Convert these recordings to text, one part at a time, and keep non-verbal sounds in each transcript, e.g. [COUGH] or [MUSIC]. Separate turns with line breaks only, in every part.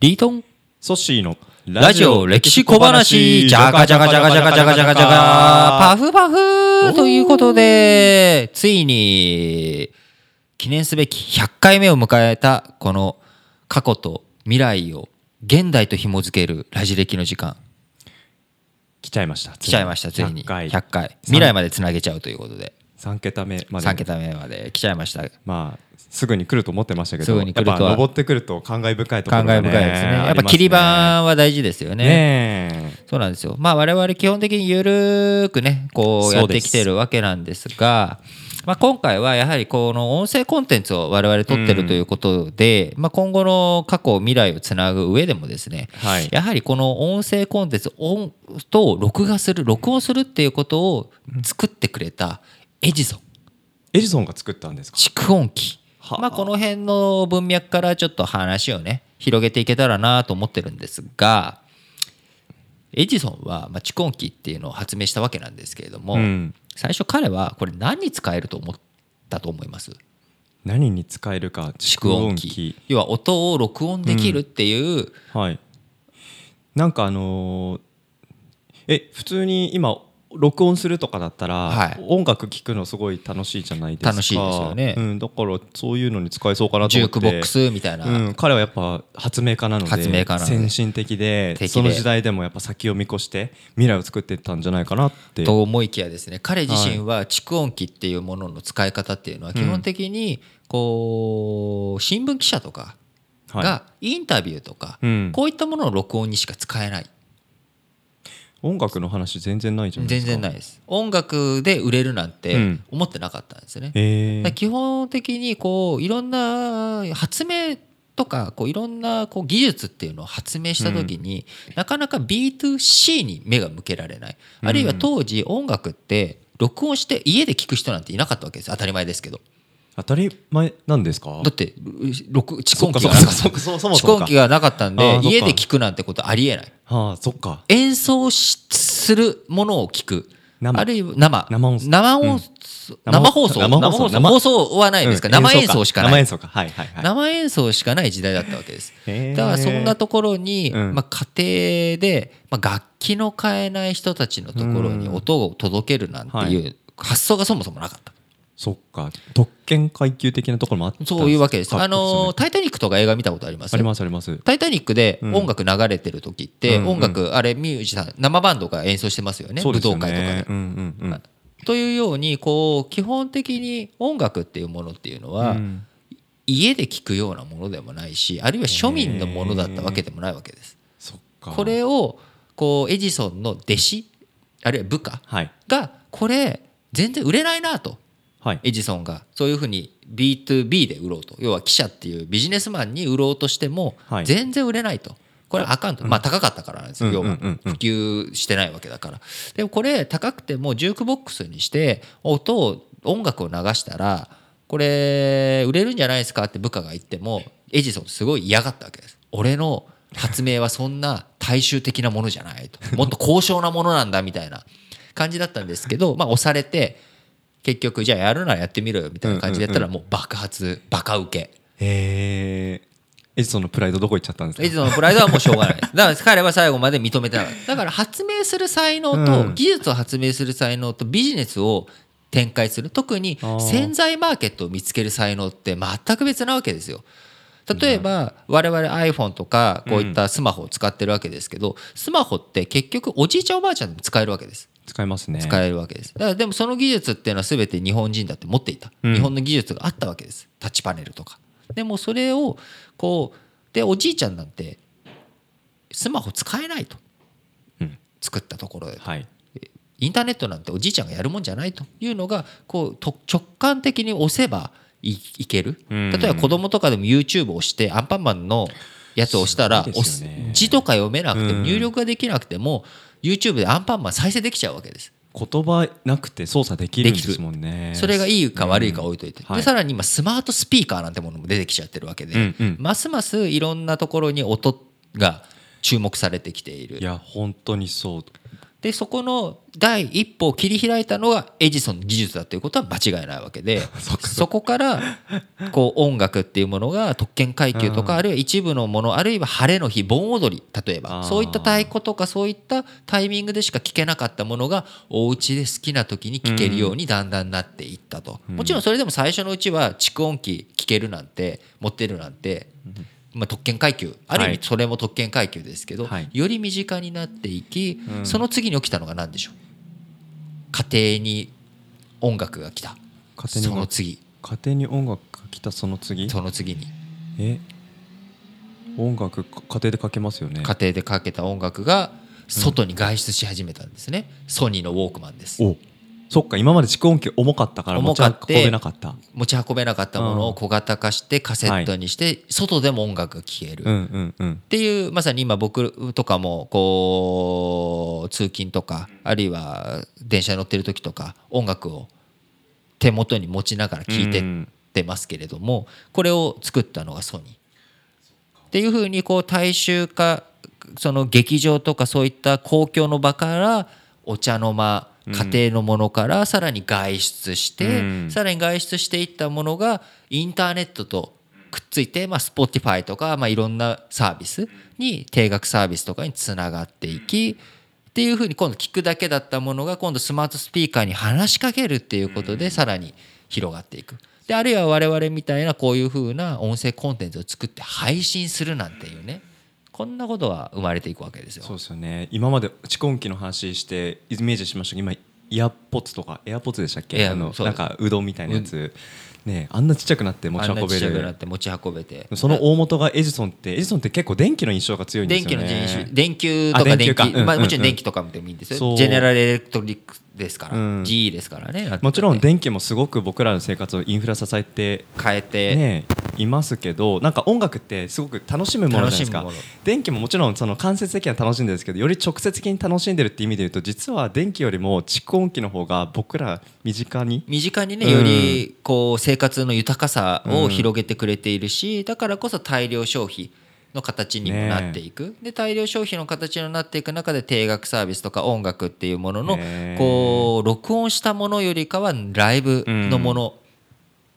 リートン
ソッシーの
ラジオ歴史小話じゃがじゃがじゃがじゃがじゃがじゃがじゃがパフパフということで、ついに記念すべき100回目を迎えたこの過去と未来を現代と紐づけるラジ歴の時間
来ちゃいました
来ちゃいましたついに
100回
100回未来までつなげちゃうということで
3桁目まで
3桁目まで来ちゃいました
まあすぐに来ると思ってましたけ
す
ど
ぐ
や
に
っ
来るとは
ぱ登ってくると感慨深いところ
感
が
慨深いですねやっぱ切り板
あ
は大事ですよ
ります
ね
ねねえ
そうなんですよ。まあ我々基本的にゆるーくねこうやってきてるわけなんですが、まあ、今回はやはりこの音声コンテンツを我々撮ってるということで、まあ、今後の過去未来をつなぐ上でもですね
はい
やはりこの音声コンテンツ音と録画する録音するっていうことを作ってくれたエジソン
エジソンが作ったんですか
蓄音機
はあ
まあこの辺の文脈からちょっと話をね広げていけたらなと思ってるんですがエジソンはまあ蓄音機っていうのを発明したわけなんですけれども、
うん
最初彼はこれ何に使えると思ったと思います
何に使えるか
蓄音機要は音を録音できるっていう、
はいなんかあのーえ普通に今録音するとかだったら、
はい
音楽聴くのすごい楽しいじゃないですか
楽しいですよね
うん、だからそういうのに使えそうかなと
ジュー
思って
クボックスみたいな、
うん、彼はやっぱ発明家なので
発明家なので
先進的で
的で
その時代でもやっぱ先を見越して未来を作っていったんじゃないかなって
と思いきやですね彼自身は蓄音機っていうものの使い方っていうのは基本的にこう新聞記者とか
はい
がインタビューとか
うん、
こういったものの録音にしか使えない
音楽の話全然ないじゃないで
全
すか
然ない
い、
です音楽で売れるなん
う
て
ん
思ってなかったんですね、
え
だから
ー、
基本的にこういろんな発明とかこういろんなこう技術っていうのを発明した時に、なかなか B2C に目が向けられないあるいは当時音楽って録音して家で聞く人なんていなかったわけです当たり前ですけど
当たり前なんですか
だって録蓄
そっ
音機
かそ
が
っか
なかっ
そっかそっかそ
た
も
蓄
そも
音
か
機がなかったん
あ
で
ーそっか
家で聞くなんてことありえない
はあそっか
演奏しするものを聞く
生
あるいは生
生音声
生音生放送
生放送生
放送はないですか、
うん
生演奏しか
生
ない
演奏かはいはいはい
生演奏しかない時代だったわけです
へー
だからそんなところに、
うん
まあ、家庭で、まあ、楽器の買えない人たちのところに
うん
音を届けるなんていう発想がそもそもなかった、
そっか特権階級的なところもあった
そういうわけです
か
あ
そう
の
よ
ー「タイタニック」とか映画見たことあります
ねありますあります
タイタニックで
うん
音楽流れてる時って、
うんうん
音楽あれミュージシャン生バンドが演奏してますよね
そうで
武
すよ
道
ね
会とかで、
うんうんうん
というようにこう基本的に音楽っていうものっていうのは、
うん
家で聴くようなものでもないしあるいは庶民のものだったわけでもないわけです。
そっか
これをこうエジソンの弟子あるいは部下
はい
がこれ全然売れないなと
はい
エジソンがそういうふうに B2B で売ろうと要は記者っていうビジネスマンに売ろうとしても
はい
全然売れないとこれあかんとまあ高かったからなんですよ要
うんう
は
んうんう
普
ん
及してないわけだからでもこれ高くてもジュークボックスにして音を音楽を流したらこれ売れるんじゃないですかって部下が言ってもエジソンすごい嫌がったわけです俺の発明はそんな大衆的なものじゃない [LAUGHS] ともっと高尚なものなんだみたいな感じだったんですけどまあ押されて結局じゃあやるならやってみろよみたいな感じでやったらもう爆発バカ受け
えー、エジソンのプライドどこ行っちゃったんですか
エジソンのプライドはもうしょうがないですだから彼は最後まで認めてなかっただから発明する才能
う
と
ん
技術を発明する才能とビジネスを展開する特に
あー
潜在マーケットを見つける才能って全く別なわけですよ例えば我々 iPhone とかこういったスマホを使ってるわけですけどスマホって結局おじいちゃんおばあちゃんでも使えるわけです
使いますね
使えるわけですだからでもその技術っていうのは全て日本人だって持っていた、
うん
日本の技術があったわけですタッチパネルとかでもそれをこうでおじいちゃんなんてスマホ使えないと、
うん
作ったところで
はい
インターネットなんておじいちゃんがやるもんじゃないというのがこうと直感的に押せばいいける
うん
例えば子供とかでも YouTube を押してアンパンマンのやつを押したら、
すごい
押
です
す
よね
字とか読めなくて
う
も
ん
入力ができなくても YouTube でアンパンマン再生できちゃうわけです。
言葉なくて操作できるんですもんね
それがいいか悪いか置いといて、
うんはい
でさらに今スマートスピーカーなんてものも出てきちゃってるわけで、
うんうん
ますますいろんなところに音が注目されてきている
いや本当にそう
でそこの第一歩を切り開いたのがエジソンの技術だということは間違いないわけ
[LAUGHS]
でそこからこう音楽っていうものが特権階級と
う
か
ん
あるいは一部のものあるいは晴れの日盆踊り例え
あ
ば
ー
そういった太鼓とかそういったタイミングでしか聴けなかったものがお家で好きな時に聴けるようにだんだんなっていったと、
うん
もちろんそれでも最初のうちは蓄音機聴けるなんて持ってるなんて、まあ、特権階級ある意
はい
味それも特権階級ですけど、
はい
より身近になっていき、
うん
その次に起きたのが何でしょう家庭に音楽が来た
家
そ
庭に
の
音
次
家庭に音楽が来たその次
その次に
え音楽か家庭でかけますよね
家庭でかけた音楽が外に外出し始めたんですね、ソニーのウォークマンです
おそっか今まで蓄音機重かったから
重
持ち
か
運
って
べなかった
持ち運べなかったものを小型化してカセットにして外でも音楽が聴ける
うんうんうん
っていうまさに今僕とかもこう通勤とかあるいは電車に乗ってる時とか音楽を手元に持ちながら聴いて
うん
ってますけれどもこれを作ったのがソニー。っていうふうにこう大衆化その劇場とかそういった公共の場からお茶の間家庭のものからさらに外出して、
うん
さらに外出していったものがインターネットとくっついて、まあ、Spotify とか、まあ、いろんなサービスに定額サービスとかにつながっていきっていうふうに今度聞くだけだったものが今度スマートスピーカーに話しかけるっていうことでさらに広がっていく。であるいは我々みたいなこういうふうな音声コンテンツを作って配信するなんていうねこんなことが生まれていくわけですよ。
そうですよね今まで蓄音機の話してイメージしましたけど今イヤポッツとかエアポッツでしたっ
い
け
や
あの
そう
なん
です
かうどんみたいなやつ、ねえあんなちっちゃくなって持ち
あんな
運
ち
べ
っちゃくな
る
って持ち運べて
その大元がエジソンってエジソンって結構電気の印象が強いんです
電
よ
気
ね
の人種電球と
あ
か
電
電
球
気
かうん
まあ、
うん
もちろん電気とかでもいいんですよ、
そう
ジェネラルエレクトリックですから、
うん
GE ですからね
もちろん
変
電気もすごく僕らの生活をインフラ支えて
えて、
ねいますけどなんか音楽ってすごく楽しむものじゃないですか
楽しむもの
電気ももちろんその間接的には楽しんでるんですけどより直接的に楽しんでるって意味で言うと実は電気よりも蓄音機の方が僕ら身近に
身近に
う
ね
ん
よりこう生活の豊かさを広げてくれているし、だからこそ大量消費の形にもなっていく、で大量消費の形になっていく中で定額サービスとか音楽っていうものの
ね
こう録音したものよりかはライブのもの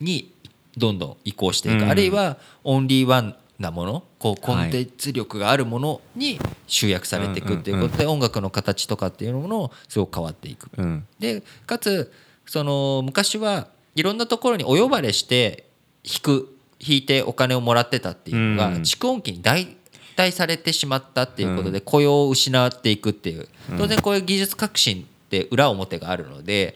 にどんどん移行していく、
うん
あるいはオンリーワンなものこうコンテンツ力があるものに集約されていくっていうことで音楽の形とかっていうものもすごく変わっていく
うん
でかつその昔はいろんなところにお呼ばれして引く引いてお金をもらってたっていうのが、
うん
蓄音機に代替されてしまったっていうことで雇用を失っていくっていう当然こういう技術革新って裏表があるので。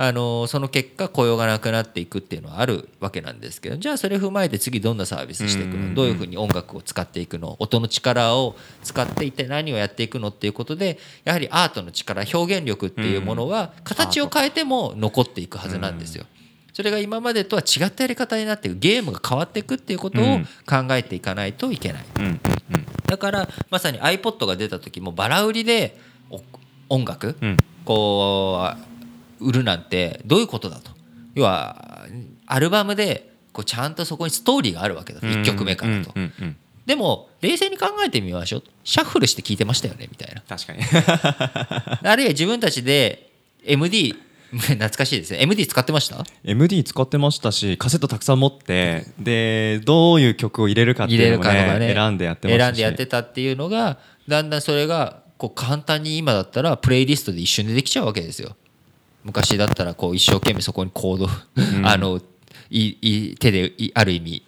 あのその結果雇用がなくなっていくっていうのはあるわけなんですけどじゃあそれ踏まえて次どんなサービスしていく
うん
のどういうふうに音楽を使っていくの音の力を使っていって何をやっていくのっていうことでやはりアートの力表現力っていうものは形を変えても残っていくはずなんですよ。それが今までとは違ったやり方になっていくゲームが変わっていくっていうことを
うん
考えていかないといけない。
うんうん
だからまさに iPod が出た時もバラ売りでお音楽
うん
こう売るなんてどういうことだと要はアルバムでこうちゃんとそこにストーリーがあるわけだと1曲目からと
うんうんうんうん
でも冷静に考えてみましょうシャッフルして聞いてましたよねみたいな
確かに [LAUGHS]
あるいは自分たちで MD 懐かしいですね MD 使ってました
MD 使ってましたしカセットたくさん持ってでどういう曲を入れるかって
入
い
れ
う
る
のも
かとか
ね
ね
選んでやってましたし
選んでやってたっていうのがだんだんそれがこう簡単に今だったらプレイリストで一瞬でできちゃうわけですよ昔だったらこう一生懸命そこにコード、あのいい手でいある意味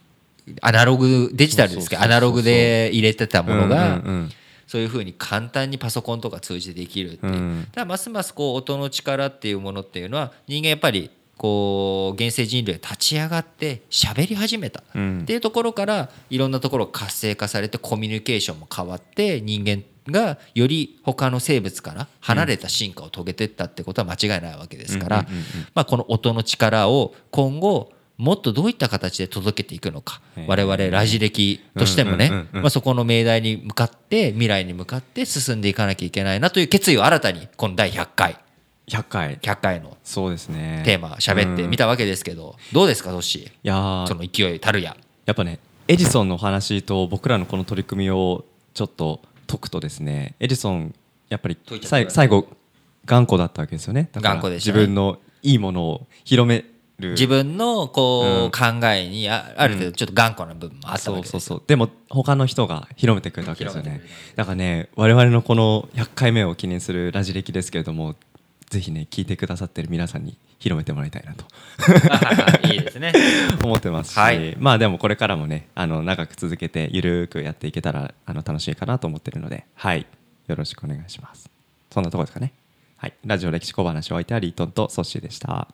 アナログデジタルですけど
そ
ア
うそうそうそう
ナログで入れてたものが、
うんうんうん
そういうふうに簡単にパソコンとか通じてできるっていう、
うん
だからますますこう音の力っていうものっていうのは人間やっぱりこう現世人類が立ち上がって喋り始めたっ
うん
ていうところからいろんなところが活性化されてコミュニケーションも変わって人間がより他の生物から離れた進化を遂げてったってことは間違いないわけですから
うんうんうんうん
まあこの音の力を今後もっとどういった形で届けていくのか
へー
我々ラジ歴としても
うんうん
ね
うんうん
まあそこの命題に向かって未来に向かって進んでいかなきゃいけないなという決意を新たにこの第100回
100回
100回の
そうですね
テーマ喋ってみたわけですけどどうですかトッシ
いや
ー
ー
その勢いたるや
やっぱねエジソンのお話と僕らのこの取り組みをちょっと解くとですねエジソンやっぱり
解いちゃった
さい最後頑固だったわけですよねだから
頑固でした
自
ね
分のいいものを広める
自分のこう、考えにあある程
う
度ちょっと頑固な部分もあったわ
そ
け
う
です
そうそうでも他の人が広めてくれたわけですよ
広
ね
めてくれ
だからね我々のこの100回目を記念するラジ歴ですけれどもぜひね聞いてくださってる皆さんに広めてもらいたいなと
[LAUGHS] いいですね
[LAUGHS] 思ってますし、
はい
まあでもこれからもねあの長く続けてゆるくやっていけたらあの楽しいかなと思ってるのではいよろしくお願いしますそんなところですかねはいラジオ歴史小話を相手はリートンとソッシーでした